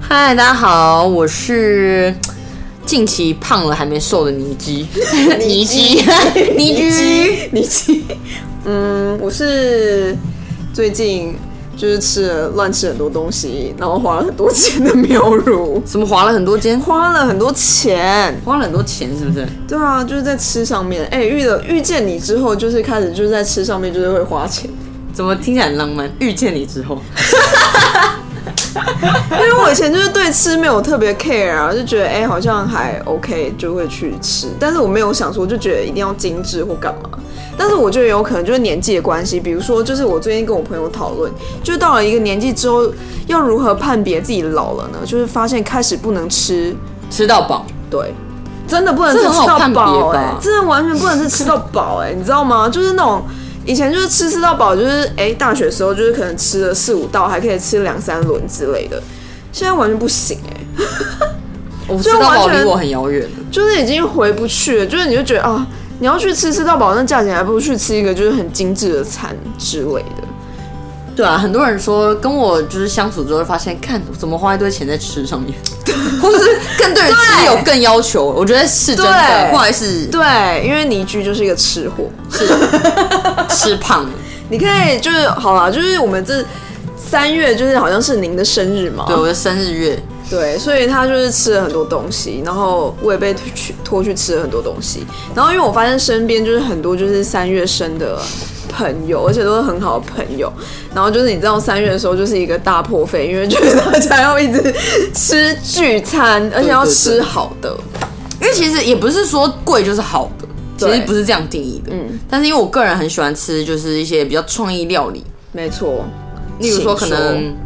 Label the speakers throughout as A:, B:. A: 嗨，大家好，我是近期胖了还没瘦的尼 基，尼基，尼基，
B: 你去，嗯，我是最近就是吃了乱吃很多东西，然后花了很多钱的喵乳，
A: 什么划了很多间，
B: 花了很多钱。
A: 花了很多钱，是不是？
B: 对啊，就是在吃上面。哎、遇了遇见你之后，就是开始就是在吃上面就是会花钱，
A: 怎么听起来很浪漫？遇见你之后，
B: 因为我以前就是对吃没有特别 care 啊，就觉得哎、好像还 OK 就会去吃，但是我没有想说就觉得一定要精致或干嘛。但是我觉得有可能就是年纪的关系，比如说就是我最近跟我朋友讨论，就到了一个年纪之后，要如何判别自己老了呢？就是发现开始不能吃，
A: 吃到饱，
B: 对，真的不能
A: 这
B: 是
A: 很
B: 吃
A: 好
B: 到
A: 判别
B: 饱哎、
A: 吧
B: 真的完全不能是吃到饱哎、你知道吗？就是那种以前就是吃吃到饱，就是哎、大学的时候就是可能吃了四五道，还可以吃两三轮之类的，现在完全不行哎、
A: 我吃
B: 就完全
A: 到饱离我很遥远了。
B: 就是已经回不去了，就是你就觉得啊，你要去吃吃到饱，那价钱还不如去吃一个就是很精致的餐之类的。
A: 对啊，很多人说跟我就是相处之后，发现看我怎么花一堆钱在吃 上面，或是更对于吃有更要求，我觉得是真的，
B: 对
A: 不好意思，
B: 对，因为倪居就是一个吃货，
A: 吃胖了。
B: 你可以就是好啦，就是我们这三月就是好像是您的生日嘛，
A: 对，我的生日月，
B: 对，所以他就是吃了很多东西，然后我也被去拖去吃了很多东西。然后因为我发现身边就是很多就是三月生的朋友，而且都是很好的朋友。然后就是你知道三月的时候就是一个大破费，因为就是大家要一直吃聚餐，而且要
A: 对对
B: 吃好的。
A: 因为其实也不是说贵就是好的，其
B: 对
A: 实不是这样定义的。嗯，但是因为我个人很喜欢吃，就是一些比较创意料理，
B: 没错，
A: 例如说可
B: 请
A: 能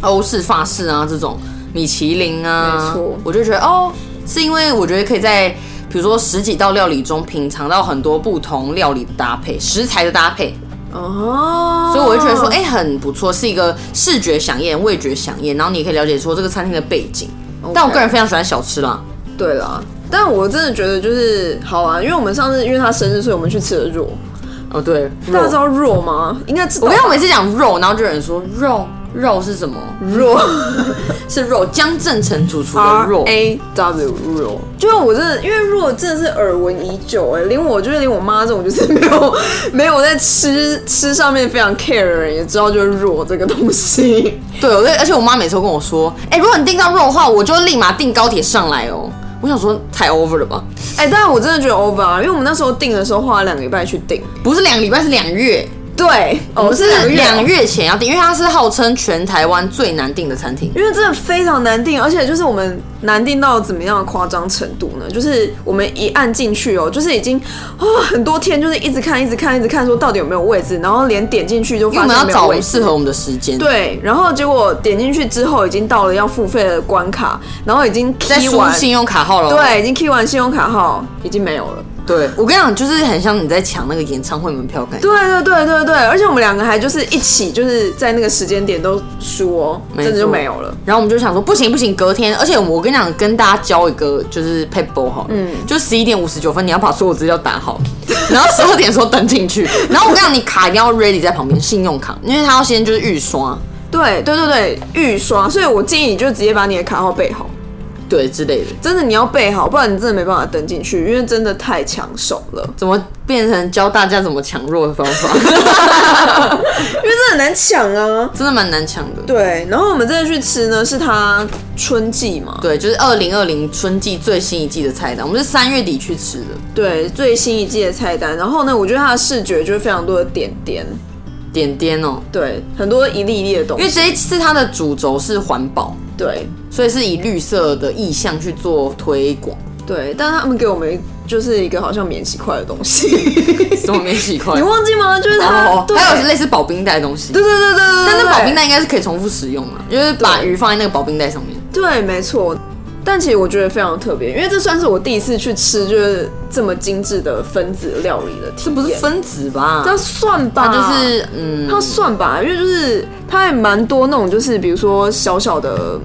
A: 欧式、法式啊这种，米其林啊，
B: 没错
A: 我就觉得哦，是因为我觉得可以在比如说十几道料理中品尝到很多不同料理的搭配、食材的搭配，
B: 哦，
A: 所以我就觉得说，哎、很不错，是一个视觉响应、味觉响应，然后你也可以了解说这个餐厅的背景。但我个人非常喜欢小吃啦，
B: 对啦，但我真的觉得就是好啊，因为我们上次因为他生日，所以我们去吃了肉。
A: 哦对，
B: 大家
A: 肉
B: 知道肉吗？应该知道
A: 我
B: 吧。
A: 跟我每次讲肉，然后就有人说肉肉是什么？
B: 肉
A: 是肉，江正成主厨的
B: R
A: 肉。
B: A W 肉，就是我真的，因为肉真的是耳闻已久哎、连我就是连我妈这种就是没有 没有在吃吃上面非常 care 的人也知道就是肉这个东西。
A: 对，我而且我妈每次都跟我说，哎、如果你订到肉的话，我就立马订高铁上来哦。我想说太 over 了吧？
B: 哎、但我真的觉得 over 啊，因为我们那时候订的时候花了两个礼拜去订。
A: 不是两个礼拜，是两月。
B: 对，
A: 我
B: 哦
A: 们是
B: 两个月
A: 两月啊前要订，因为它是号称全台湾最难订的餐厅。
B: 因为真的非常难定，而且就是我们难定到怎么样的夸张程度呢？就是我们一按进去哦，就是已经啊、很多天就是一直看、一直看、一直看，说到底有没有位置，然后连点进去就
A: 因为
B: 发
A: 我
B: 现
A: 们要
B: 没
A: 找
B: 有
A: 我
B: 位
A: 们适
B: 置
A: 合。我们的时间，，
B: 对，然后结果点进去之后，已经到了要付费的关卡，然后已经
A: 在
B: key
A: 输
B: 完，
A: 信用卡号了。
B: 对，已经 key 完信用卡号，已经没有了。
A: 对，我跟你讲，就是很像你在抢那个演唱会门票感觉。
B: 对对对对对，而且我们两个还就是一起，就是在那个时间点都输哦，
A: 没
B: 真的就
A: 错
B: 没有了。
A: 然后我们就想说，不行不行，隔天，而且我跟你讲，跟大家教一个就是 p a p e 好了，嗯，就十一点五十九分，你要把所有资料打好， 然后十二点的时候登进去。然后我跟你讲，你卡一定要 ready 在旁边，信用卡，因为他要先就是预刷，
B: 对对对对，预刷，所以我建议你就直接把你的卡号备好。
A: 对之类的。
B: 真的你要备好，不然你真的没办法登进去，因为真的太抢手了，
A: 怎么变成教大家怎么抢弱的方法？
B: 因为真的很难抢啊。
A: 真的蛮难抢的。
B: 对，然后我们真的去吃呢，是它春季嘛，
A: 对，就是二零二零春季最新一季的菜单，我们是三月底去吃的，
B: 对，最新一季的菜单。然后呢，我觉得它的视觉就是非常多的点点，
A: 点点哦、
B: 对，很多一粒一粒的东
A: 因为
B: 西，
A: 这一次它的主轴是环保，
B: 对
A: 所以是以绿色的意向去做推广。
B: 对，但他们给我们就是一个好像免洗筷的东 西，
A: 什么免洗筷
B: 你？忘记吗？就是它，
A: 哦，
B: 对，
A: 还有类似保冰袋的东西，
B: 对对对对对，
A: 但那保冰
B: 袋
A: 袋应该是可以重复使用啊，就是把鱼放在那个保冰袋上面。
B: 对，没错。但其实我觉得非常特别，因为这算是我第一次去吃就是这么精致的分子料理的体验。
A: 这不是分子吧？
B: 那算吧，
A: 它就是嗯，
B: 啊它算吧，因为就是它也蛮多那种，就是比如说小小的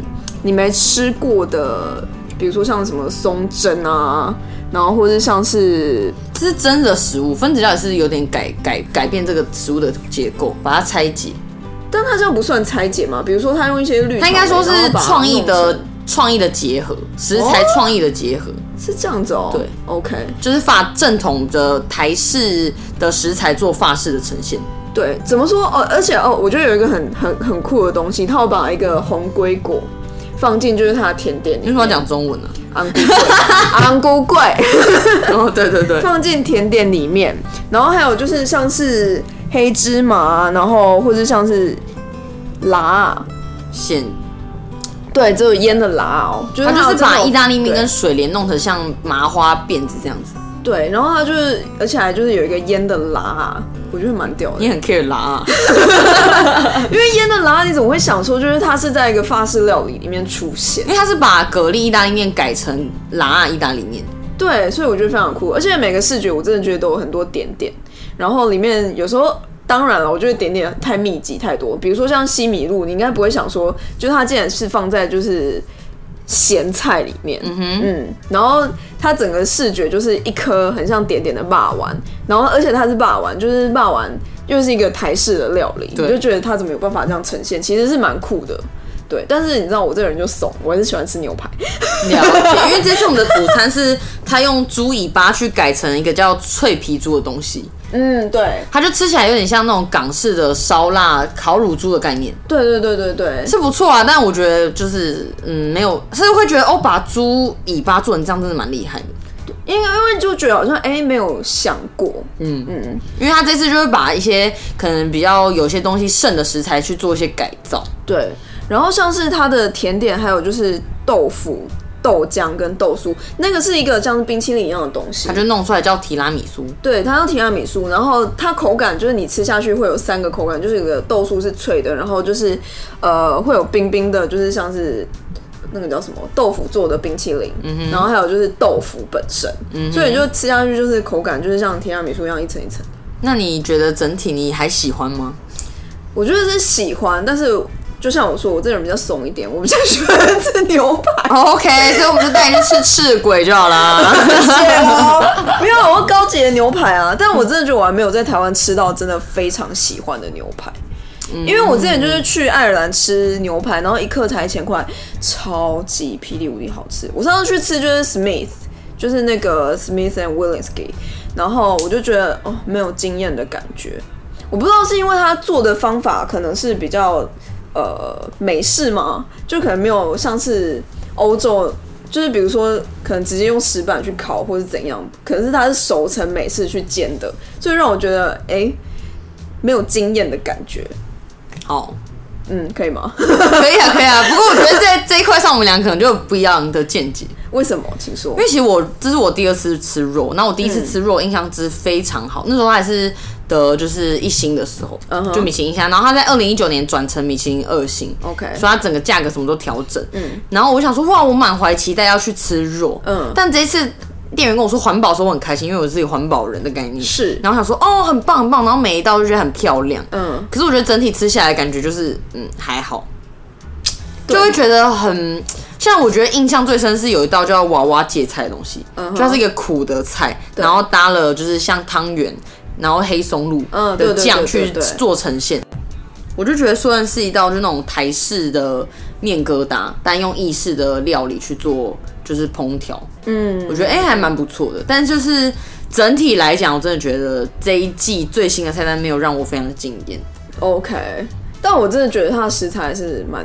B: 你没吃过的，比如说像什么松针啊，然后或者像是
A: 这是真的食物，分子料理是有点改改改变这个食物的结构，把它拆解。
B: 但他这样不算拆解吗？比如说他用一些绿，
A: 它应该说是
B: 然后把它
A: 创意
B: 弄
A: 的
B: 成，
A: 创意的结合，食材
B: 哦
A: 创意的结合，
B: 是这样子哦。
A: 对
B: ，OK，
A: 就是法正统的台式的食材做法式的呈现。
B: 对，怎么说？哦，而且哦，我觉得有一个很很很酷的东西，他有把一个红龟果放进就是他的甜点里
A: 你为什
B: 面，
A: 么要讲中文呢、
B: 昂菇桂， 昂菇桂。
A: 哦，对对 对，
B: 放进甜点里面，然后还有就是像是黑芝麻啊，然后或者像是辣啊，
A: 显
B: 对，只有腌的辣哦，就是
A: 它就是把
B: 有这种
A: 意大利面跟
B: 对
A: 水莲弄成像麻花辫子这样子。
B: 对，然后它就是而且还就是有一个腌的辣啊，我觉得蛮屌的
A: 你，很 care 啦、 啊，
B: 因为腌的辣你怎么会想说就是它是在一个法式料理里面出现
A: 因？为它是把蛤蜊意大利面改成啦啊意大利面。
B: 对，所以我觉得非常酷，而且每个视觉我真的觉得都有很多点点，然后里面有时候。当然了，我觉得点点太密集太多。比如说像西米露，你应该不会想说，就是它竟然是放在就是咸菜里面，嗯哼，然后它整个视觉就是一颗很像点点的霸丸，然后而且它是霸丸，就是霸丸又是一个台式的料理，
A: 对
B: 你就觉得它怎么有办法这样呈现，其实是蛮酷的，对。但是你知道我这个人就怂，我还是喜欢吃牛排，
A: 了解， 因为这次我们的主餐是它用猪尾巴去改成一个叫脆皮猪的东西，
B: 嗯，对，
A: 它就吃起来有点像那种港式的烧腊烤乳猪的概念，
B: 对对对对对，
A: 是不错啊。但我觉得就是嗯，没有，是会觉得哦，把猪尾巴做成这样真的蛮厉害的。
B: 因为因为就觉得好像哎、没有想过，
A: 因为他这次就会把一些可能比较有些东西剩的食材去做一些改造，
B: 对。然后像是它的甜点，还有就是豆腐、豆浆跟豆酥，那个是一个像冰淇淋一样的东西
A: 他。就弄出来叫提拉米苏。
B: 对，它叫提拉米苏，然后它口感就是你吃下去会有三个口感，就是有个豆酥是脆的，然后就是呃会有冰冰的，就是像是那个叫什么豆腐做的冰淇淋，然后还有就是豆腐本身，所以你就吃下去就是口感就是像提拉米苏一样一层一层。
A: 那你觉得整体你还喜欢吗？。
B: 我觉得是喜欢，但是就像我说，我这个人比较怂一点，我比较喜欢吃牛排
A: OK，所以哦我们就带你去吃赤鬼就好啦。
B: 没有，啊我高级的牛排啊，但我真的觉得我还没有在台湾吃到真的非常喜欢的牛排。因为我之前就是去爱尔兰吃牛排，然后一克才一千块，超级霹雳无敌好吃。我上次去吃就是 Smith，就是那个 Smith and Willinsky，然后我就觉得哦，没有惊艳的感觉。我不知道是因为他做的方法可能是比较呃美式嘛，就可能没有像是欧洲，就是比如说可能直接用石板去烤或是怎样，可能是它是熟成美式去煎的，所以让我觉得哎、诶没有惊艳的感觉。
A: 好，
B: 嗯，可以吗？
A: 可以啊，可以啊。不过我觉得在这一块上，我们俩可能就有不一样的见解。
B: 为什么？请说
A: 因。为其实我这是我第二次吃肉，那我第一
B: 嗯
A: 次吃肉印象之非常好，那时候它还是得就是一星的时候
B: 嗯哼
A: 就米其林一下，然后它在二零一九年转成米其林二星
B: OK
A: 所以它整个价格什么都调整。嗯，然后我想说哇，我满怀期待要去吃肉，
B: 嗯
A: 但这一次店员跟我说环保的时候我很开心，因为我是一个环保人的概念，
B: 是
A: 然后想说哦很棒很棒，然后每一道就觉得很漂亮，
B: 嗯，
A: 可是我觉得整体吃下来感觉就是嗯还好，
B: 对
A: 就会觉得很。像我觉得印象最深是有一道叫娃娃芥菜的东西
B: 嗯哼
A: 就它是一个苦的菜，
B: 对
A: 然后搭了就是像汤圆，然后黑松露
B: 嗯对
A: 的
B: 对对
A: 酱
B: 对
A: 去
B: 对对
A: 做呈现。我就觉得虽然是一道就那种台式的面疙瘩，但用意式的料理去做就是烹调，
B: 嗯，
A: 我觉得哎、还蛮不错的。但就是整体来讲，我真的觉得这一季最新的菜单没有让我非常的惊艳。
B: OK，但我真的觉得它的食材是蛮，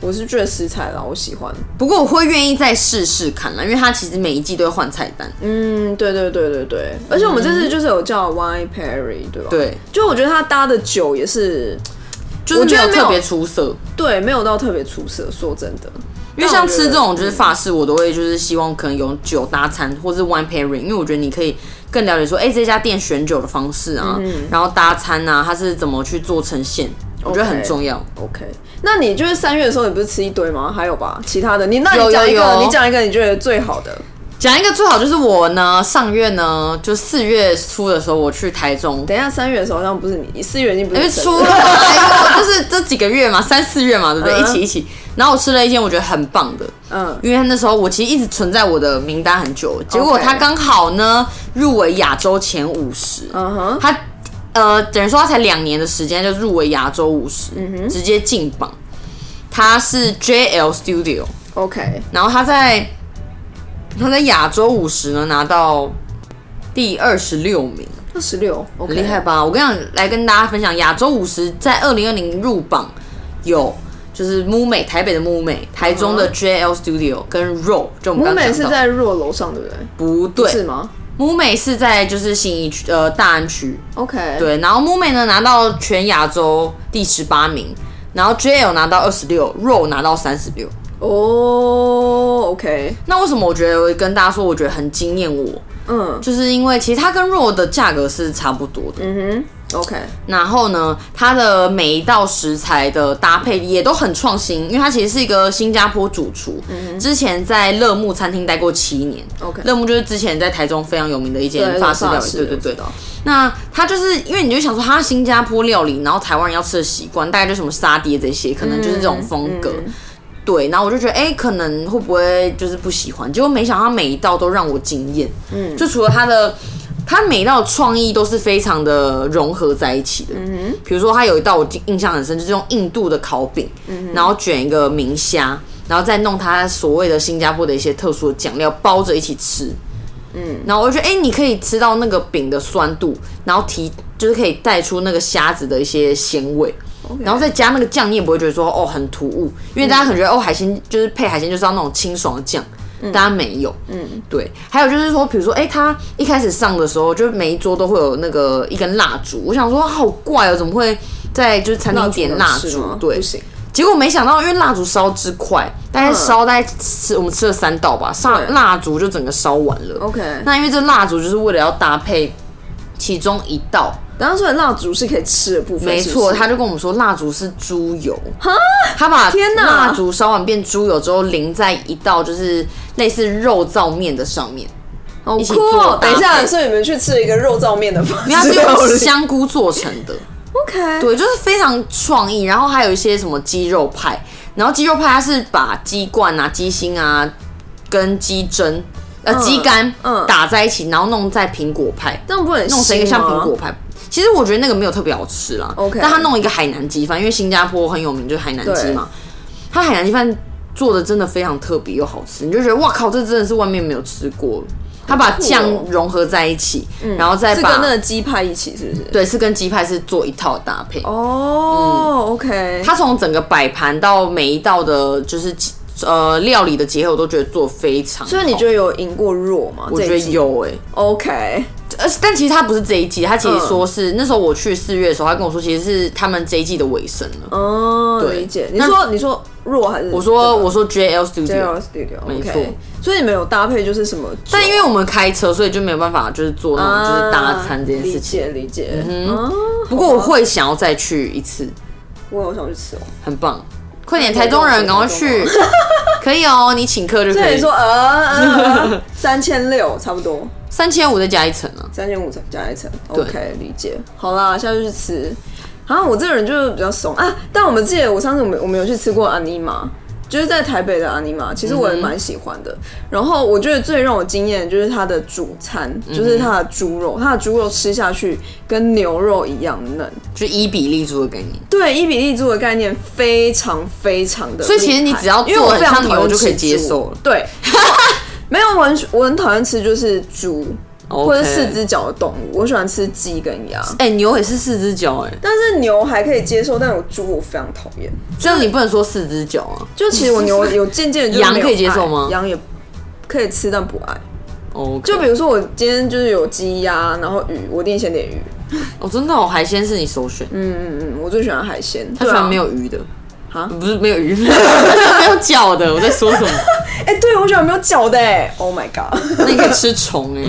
B: 我是觉得食材啦，我喜欢。
A: 不过我会愿意再试试看啦，因为它其实每一季都会换菜单。
B: 嗯，对对对对对，而且我们这次就是有叫 Wine Perry，对吧？，
A: 对，
B: 就我觉得它搭的酒也是，
A: 就是
B: 我
A: 没
B: 觉得
A: 有
B: 没有
A: 特别出色。
B: 对，没有到特别出色，说真的。
A: 因为像吃这种就是法式，我都会就是希望可能有酒搭餐或是 wine pairing，因为我觉得你可以更了解说，哎、这家店选酒的方式啊，然后搭餐啊，它是怎么去做呈现，我觉得很重要。
B: OK，那你就是三月的时候，你不是吃一堆吗？还有吧，其他的，你那
A: 有
B: 你讲一
A: 有
B: 个，
A: 有
B: 你讲一个你觉得最好的。
A: 讲一个最好就是我呢，上月呢，就四月初的时候我去台中，
B: 等一下，三月的时候好像不是你，四月已经不
A: 因为
B: 是
A: 出了，哎呦，就是这几个月嘛，三四月嘛，对不对？
B: 嗯
A: 一起一起，然后我吃了一间我觉得很棒的，
B: 嗯，
A: 因为那时候我其实一直存在我的名单很久，结果
B: OK
A: 他刚好呢入围亚洲前五十，
B: 嗯哼
A: 他呃，等于说他才两年的时间就入围亚洲五十、
B: 嗯
A: 直接进榜。他是 JL Studio，
B: OK，
A: 然后他在他在亚洲五十呢拿到第二十六名，
B: 二十六，OK，
A: 很厉害吧？我跟你讲，来跟大家分享，亚洲五十在二零二零入榜有就是木美台北的木美，台中的 JL Studio 跟 Row，就我们
B: 嗯木
A: 刚刚
B: 美
A: 讲
B: 是
A: 到
B: 在若楼上，对不对？
A: 不
B: 是
A: 对，
B: 吗
A: 木美是在就是信义区呃大安区，
B: ？OK，，
A: 对，然后木美呢拿到全亚洲第十八名，然后 JL 拿到二十六，Row 拿到三十六。
B: 哦、o k
A: 那为什么我觉得我跟大家说，我觉得很惊艳我，
B: 嗯
A: 就是因为其实它跟 RAW 的价格是差不多的，
B: 嗯哼，OK，
A: 然后呢，它的每一道食材的搭配也都很创新，因为它其实是一个新加坡主厨，之前在乐木餐厅待过七年
B: OK
A: 乐木就是之前在台中非常有名的一间
B: 对
A: 法式料理，对对对。那它就是因为你就想说，它新加坡料理，然后台湾人要吃的习惯，大概就什么沙爹这些，可能就是这种风格。对，然后我就觉得，哎、可能会不会就是不喜欢？结果没想到每一道都让我惊艳。嗯，就除了它的，它每一道创意都是非常的融合在一起的。嗯比如说它有一道我印象很深，就是用印度的烤饼，然后卷一个明虾，然后再弄它所谓的新加坡的一些特殊的酱料包着一起吃。然后我就觉得，哎、你可以吃到那个饼的酸度，然后提就是可以带出那个虾子的一些鲜味
B: OK
A: 然后再加那个酱，你也不会觉得说哦很突兀，因为大家可能觉得、哦海鲜就是配海鲜就是要那种清爽的酱，大家没有，嗯，对。还有就是说，比如说，哎、他一开始上的时候，就是每一桌都会有那个一根蜡烛，我想说好怪哦，怎么会在就是餐厅点蜡
B: 是
A: 烛
B: 吗？
A: 对
B: 不，行，
A: 结果没想到，因为蜡烛烧之快，大概烧大概吃、我们吃了三道吧，上
B: 嗯对
A: 蜡烛就整个烧完了。
B: OK
A: 那因为这蜡烛就是为了要搭配其中一道，
B: 然后说的蜡烛是可以吃的部分，
A: 没错，
B: 是不
A: 他
B: 是
A: 就跟我们说蜡烛是猪油，他把
B: 天哪
A: 蜡烛烧完变猪油之后淋在一道就是类似肉燥面的上面，
B: 好
A: 一起
B: 酷
A: 做
B: 哦！
A: 搭配
B: 等一下，所以你们去吃了一个肉燥面的方
A: 因为它
B: 式
A: 是
B: 料
A: 用
B: 理
A: 香菇做成的。
B: ，OK，
A: 对，就是非常创意。然后还有一些什么鸡肉派，然后鸡肉派它是把鸡冠啊、鸡心啊跟鸡胗、呃
B: 嗯
A: 鸡肝
B: 嗯
A: 打在一起，然后弄在苹果派，
B: 这样不能
A: 弄成一个像苹果派。其实我觉得那个没有特别好吃啦
B: OK
A: 但他弄一个海南鸡饭，因为新加坡很有名就是海南鸡嘛，他海南鸡饭做的真的非常特别又好吃，你就觉得哇靠，这真的是外面没有吃过。他把
B: 酷哦嗯
A: 酱融合在一起，然后再
B: 是
A: 把
B: 跟那个鸡排一起，是不是？
A: 对是跟鸡派是做一套搭配
B: 嗯哦，OK，
A: 他从整个摆盘到每一道的，就是呃料理的结合，我都觉得做非常好。
B: 所以你觉得有赢过弱吗？
A: 我
B: 这一
A: 觉得
B: 季
A: 有哎、
B: ，OK，
A: 而且但其实他不是这一季，他其实
B: 嗯
A: 说是、那时候我去四月的时候，他跟我说其实是他们这一季的尾声了。
B: 哦，
A: 对
B: 理解。你
A: 那
B: 说你说弱还是？
A: 我说我说 JL Studio，
B: JL Studio，
A: 没
B: OK
A: 错
B: 所以你们有搭配就是什么酒？嗯
A: 但因为我们开车，所以就没有办法就是做那种就是搭餐这件事情。
B: 啊理解理解。嗯，
A: 不过我会想要再去一次，
B: 我好想去吃哦。
A: 很棒。快点，
B: 那
A: 台
B: 可以
A: 中
B: 跟我
A: 人
B: 说
A: 赶快去
B: 台，
A: 可以哦，你请客就
B: 所
A: 可
B: 以你
A: 以。
B: 说呃，三千六差不多，
A: 三千五再加一层啊，
B: 三千五加一层
A: 对
B: ，OK，理解。好啦，下次去吃。啊，我这个人就是比较怂啊，但我们记得我上次我们我们有去吃过阿尼玛，就是在台北的阿尼玛，其实我也蛮喜欢的。
A: 嗯
B: 然后我觉得最让我惊艳的就是它的主餐，
A: 嗯
B: 就是它的猪肉，它的猪肉吃下去跟牛肉一样嫩，
A: 就一比例租的给你。
B: 对伊比利猪的概念非常非常的厉害，
A: 所以其实你只要
B: 因为
A: 做
B: 我
A: 很
B: 非常
A: 像
B: 讨
A: 牛
B: 厌
A: 就可以
B: 吃
A: 接
B: 猪
A: 受了。
B: 对， 没有我很我很讨厌吃就是猪
A: OK
B: 或者四只脚的动物，我喜欢吃鸡跟鸭。
A: 哎、牛也是四只脚哎，
B: 但是牛还可以接受，但我猪我非常讨厌。
A: 这样你不能说四只脚啊。
B: 就其实我 牛有渐渐地就是
A: 羊
B: 没有
A: 可以接受
B: 爱
A: 吗
B: 羊也可以吃，但不爱。
A: 哦、
B: 就比如说我今天就是有鸡鸭，然后鱼，我一定先点鱼。
A: 哦，真的哦，海鲜是你首选，
B: 嗯嗯嗯，我最喜欢海鲜。
A: 他
B: 对
A: 喜
B: 啊
A: 欢没有鱼的。
B: 啊
A: 不是没有鱼， 没有脚的，我在说什么？
B: 哎、对我喜欢没有脚的哎、o h my god！
A: 那你可以吃虫哎、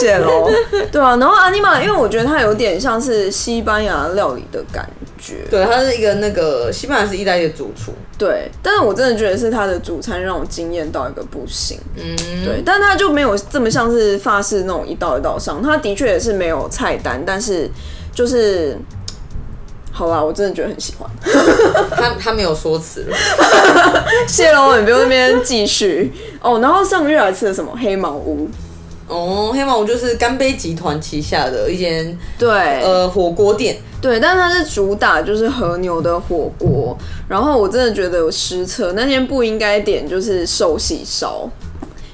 B: 谢喽。对啊，然后阿尼玛，因为我觉得它有点像是西班牙料理的感觉，
A: 对，他是一个那个西班牙是意大利的主厨，
B: 对。但是我真的觉得是它的主餐让我惊艳到一个不行，
A: 嗯，
B: 对。但它就没有这么像是法式那种一道一道上，它的确也是没有菜单，但是就是。好啦，我真的觉得很喜 欢。
A: 他他没有说辞了，
B: 谢喽，你不用那边继续哦。然后上个月还吃了什么黑毛屋，
A: 哦，黑毛屋就是干杯集团旗下的一间
B: 对，
A: 呃火锅店，
B: 对，但是它是主打就是和牛的火锅，然后我真的觉得有失策，那天不应该点就是寿喜烧，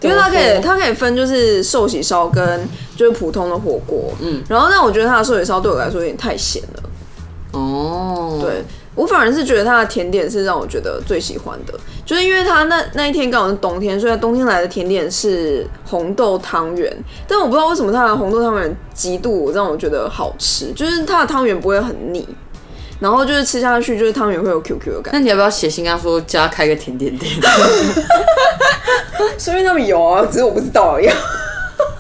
B: 因为它可以
A: 哦
B: 它可以分就是寿喜烧跟就是普通的火锅，嗯，然后但我觉得它的寿喜烧对我来说有点太咸了，
A: 哦，
B: 对。我反而是觉得它的甜点是让我觉得最喜欢的，就是因为它那那一天刚好是冬天，所以它冬天来的甜点是红豆汤圆。但我不知道为什么它的红豆汤圆极度让我觉得好吃，就是它的汤圆不会很腻，然后就是吃下去就是汤圆会有 QQ 的感
A: 那你要不要写信跟他说家开个甜点店？
B: 觉。说明他们有啊，只是我不知道而已。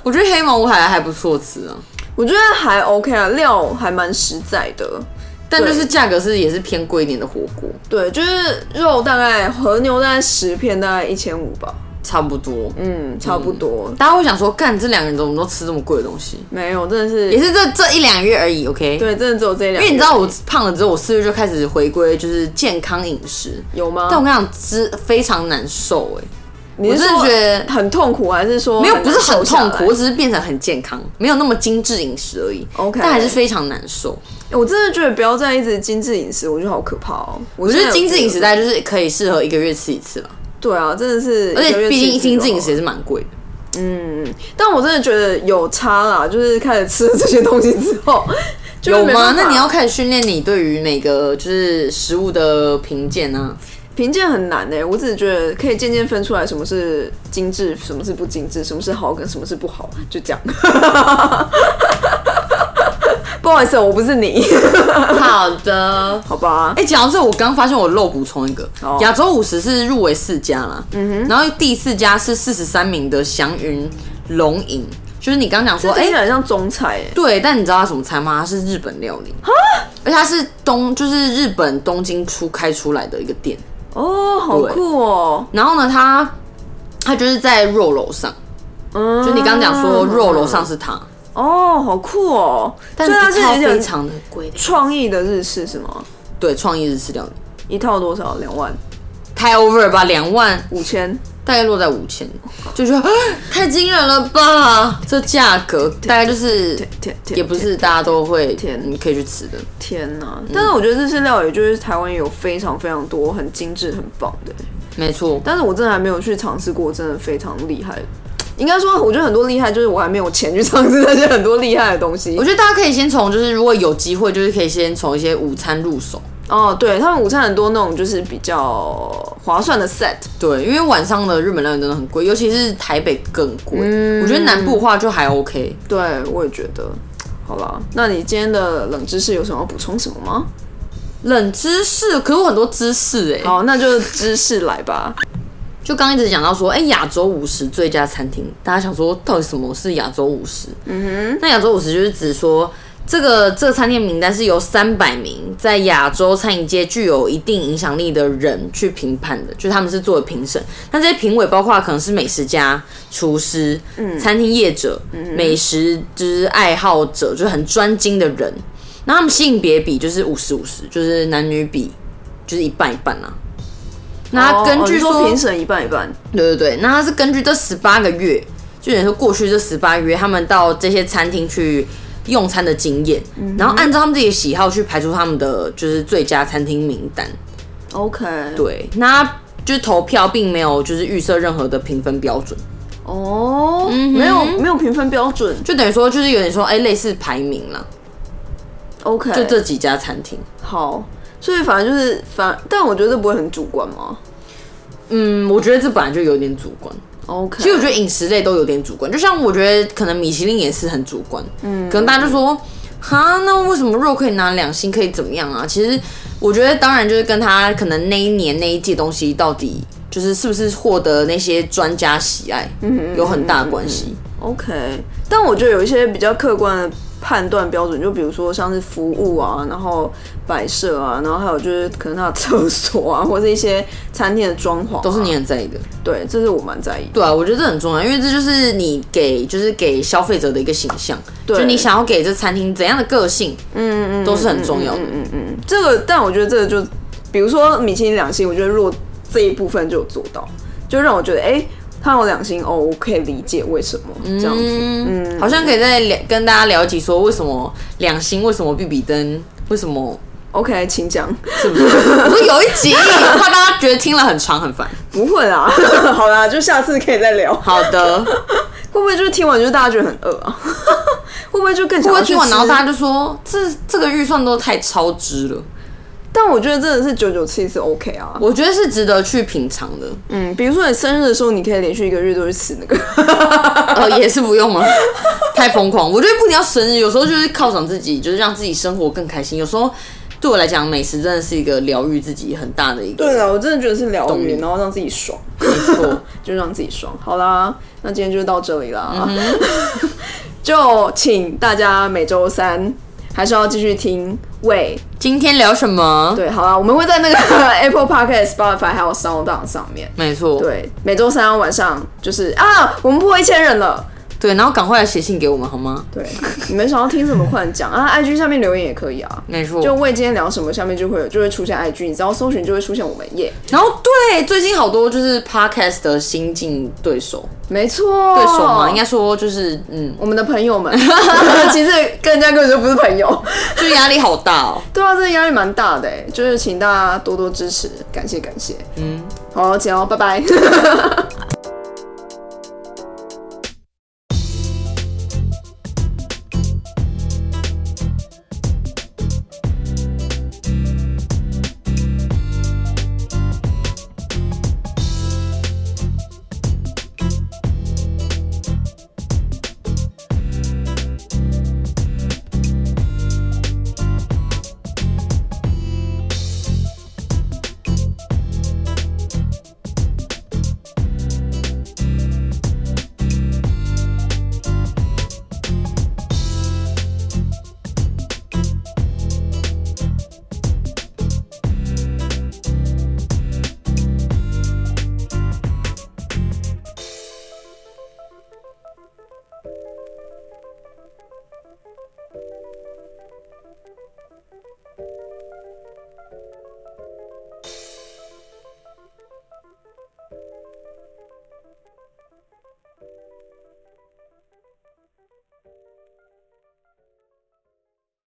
A: 我觉得黑毛屋还还不错吃啊，
B: 我觉得还 OK 啊，料还蛮实在的。
A: 但就是价格是也是偏贵一点的火锅，
B: 对，就是肉大概和牛大概十片大概一千五吧，
A: 差不多。
B: 嗯，差不多。
A: 大家会想说，干这两个人怎么都吃这么贵的东西？
B: 没有，真的是
A: 也是这这一两个月而已，OK。
B: 对，真的只有这两个。
A: 因为你知道我胖了之后，我四月就开始回归就是健康饮食，
B: 有吗？
A: 但我跟你讲，吃非常难受哎、
B: 你是
A: 我真的
B: 说
A: 觉得
B: 很痛苦，还是说
A: 没有
B: 很
A: 不
B: 难
A: 是很
B: 瘦下
A: 痛
B: 来
A: 苦，我只是变成很健康，没有那么精致饮食而已。
B: OK
A: 但还是非常难受。
B: 我真的觉得不要再一直精致饮食，我觉得好可怕哦。我
A: 我觉
B: 现在
A: 得
B: 有
A: 精致饮食
B: 觉得
A: 大概就是可以适合一个月吃一次吧，
B: 对啊，真的是，
A: 而且毕竟精致饮食
B: 食。
A: 也是蛮贵的。
B: 但我真的觉得有差啦，就是开始吃了这些东西之 后，就是
A: 有
B: 没
A: 吗
B: 办？法
A: 那你要开始训练你对于每个就是食物的评鉴 啊。
B: 评鉴很难呢、我只是觉得可以渐渐分出来什么是精致，什么是不精致，什么是好跟什么是不好，就这样。 不好意思，我不是你，
A: 好的。
B: 好吧？
A: 哎、讲到这，我刚发现我漏补充一个
B: 哦，嗯
A: 亚、洲五十是入围四家啦，然后第四家是四十三名的祥云龙饮，就是你刚讲说，
B: 我
A: 哎、
B: 听起来很像中菜、欸，
A: 对，但你知道它什么菜吗？它是日本料理，而且它是东，就是日本东京出开出来的一个店，
B: 哦，好
A: 对
B: 酷哦，
A: 然后呢，它它就是在肉楼上，
B: 嗯，
A: 就你刚讲说肉楼上是它，
B: 哦，好酷哦！
A: 但
B: 所以它
A: 是
B: 是
A: 它
B: 有
A: 非
B: 点
A: 常的贵的，
B: 创意的日式是吗？
A: 对，创意日式料理。
B: 一套多少？两万
A: 太 over 了吧，两万
B: 五千？
A: 大概落在五千，就觉得太惊人了吧？这价格大概就是
B: 天天天
A: 也不是大家都会
B: 天
A: 你可以去吃的。
B: 天呐！但是我觉得日式料理就是台湾也有非常非常多很精致、很棒的，
A: 没错，
B: 但是我真的还没有去尝试过，真的非常厉害。应该说，我觉得很多厉害就是我还没有钱去尝试那些很多厉害的东西
A: 我。觉得大家可以先从就是如果有机会，就是可以先从一些午餐入手。
B: 哦，对他们午餐很多那种就是比较划算的 set，
A: 对，因为晚上的日本料理真的很贵，尤其是台北更贵。我觉得南部的话就还 OK。
B: 对我也觉得。好吧，那你今天的冷知识有什么要补充什么吗？
A: 冷知识，可是我很多知识哎、
B: 好，那就知识来吧。
A: 就刚一直讲到说，哎、亚洲五十最佳餐厅，大家想说到底什么是亚洲五十？嗯哼，那亚洲五十就是指说。这个这个餐厅名单是由三百名在亚洲餐饮界具有一定影响力的人去评判的，就他们是作为评审。那这些评委包括可能是美食家、厨师、餐厅业者、美食就是爱好者，就是很专精的人。那他们性别比就是五十五十，就是男女比就是一半一半啊。 那
B: 哦
A: 根
B: 哦
A: 据
B: 你
A: 说
B: 说评审一半一半，
A: 对对对，那它是根据这十八个月，就等于说过去这十八个月，他们到这些餐厅去用餐的经验，然后按照他们自己的喜好去排出他们的就是最佳餐厅名单。
B: ，OK，
A: 对，那就是投票并没有就是预设任何的评分标准，嗯
B: 哦，没有没有评分标准
A: 就等于说就是有点说哎、类似排名啦，
B: ，OK，
A: 就这几家餐厅。
B: 好，所以反正就是反，但我觉得这不会很主观吗
A: 嗯，我觉得这本来就有点主观。
B: ？OK，
A: 其实我觉得饮食类都有点主观，就像我觉得可能米其林也是很主观，嗯，可能大家就说，哈，那为什么肉可以拿两星，可以怎么样啊？其实我觉得当然就是跟他可能那一年那一届东西到底就是是不是获得那些专家喜爱，嗯，有很大关系。
B: OK，但我觉得有一些比较客观的判断标准，就比如说像是服务啊，然后摆设啊，然后还有就是可能它的厕所啊，或者一些餐厅的装潢啊、
A: 都是你很在意的，
B: 对，这是我蛮在意的。
A: 对啊，我觉得这很重要，因为这就是你给就是给消费者的一个形象，
B: 对
A: 就你想要给这餐厅怎样的个性，嗯嗯，都是很重要的。
B: 这个，但我觉得这个就，比如说米其林两星，我觉得如果这一部分就有做到，就让我觉得，哎、他有两星哦，我可以理解为什么这样子。
A: 嗯，好像可以再聊跟大家聊一集，说为什么两星，为什么比比登，为什 么
B: OK，请讲。
A: 是不是？我说有一 集，怕大家觉得听了很长很烦。
B: 不会啦，好啦，就下次可以再聊。
A: 好的，
B: 会不会就是听完就是大家觉得很饿啊？会不会就更
A: 不
B: 想要
A: 过
B: 去
A: 听完
B: 吃
A: 然后大家就说这这个预算都太超支了，
B: 但我觉得真的是九九吃一次 OK 啊。
A: 我觉得是值得去品尝 的。
B: 嗯，比如说你生日的时候，你可以连续一个月都去吃那个。
A: 呃，也是不 用了，太疯狂。我觉得不一定要生日，有时候就是犒赏自己，就是让自己生活更开心。有时候对我来讲，美食真的是一个疗愈自己很大的一个。
B: 对啊了，我真的觉得是疗
A: 懂
B: 愈，
A: 你
B: 然后让自己爽，
A: 没错，
B: 就让自己爽。好啦，那今天就到这里
A: 嗯
B: 啦。 就请大家每周三还是要继续听喂。
A: 今天聊什么？
B: 对，好啦，我们会在那个 Apple Podcast、Spotify 还有 Sound On 上面。
A: 没错，
B: 对，每周三晚上就是啊，我们破一千人了。
A: 对，然后赶快来写信给我们好吗？
B: 对，你们想要听什么，快点讲啊！IG 下面留言也可以啊。
A: 没错，
B: 就为今天聊什么，下面就会有就会出现 IG，你只要搜寻就会出现我们耶。
A: 然后对，最近好多就是 podcast 的新晋对手，
B: 没错，
A: 对手嘛，应该说就是嗯，
B: 我们的朋友们， 其实跟人家根本就不是朋友。
A: 就压力好大哦。
B: 对啊，这压力蛮大的哎，就是请大家多多支持，感谢感谢。嗯，好，剪哦，拜拜。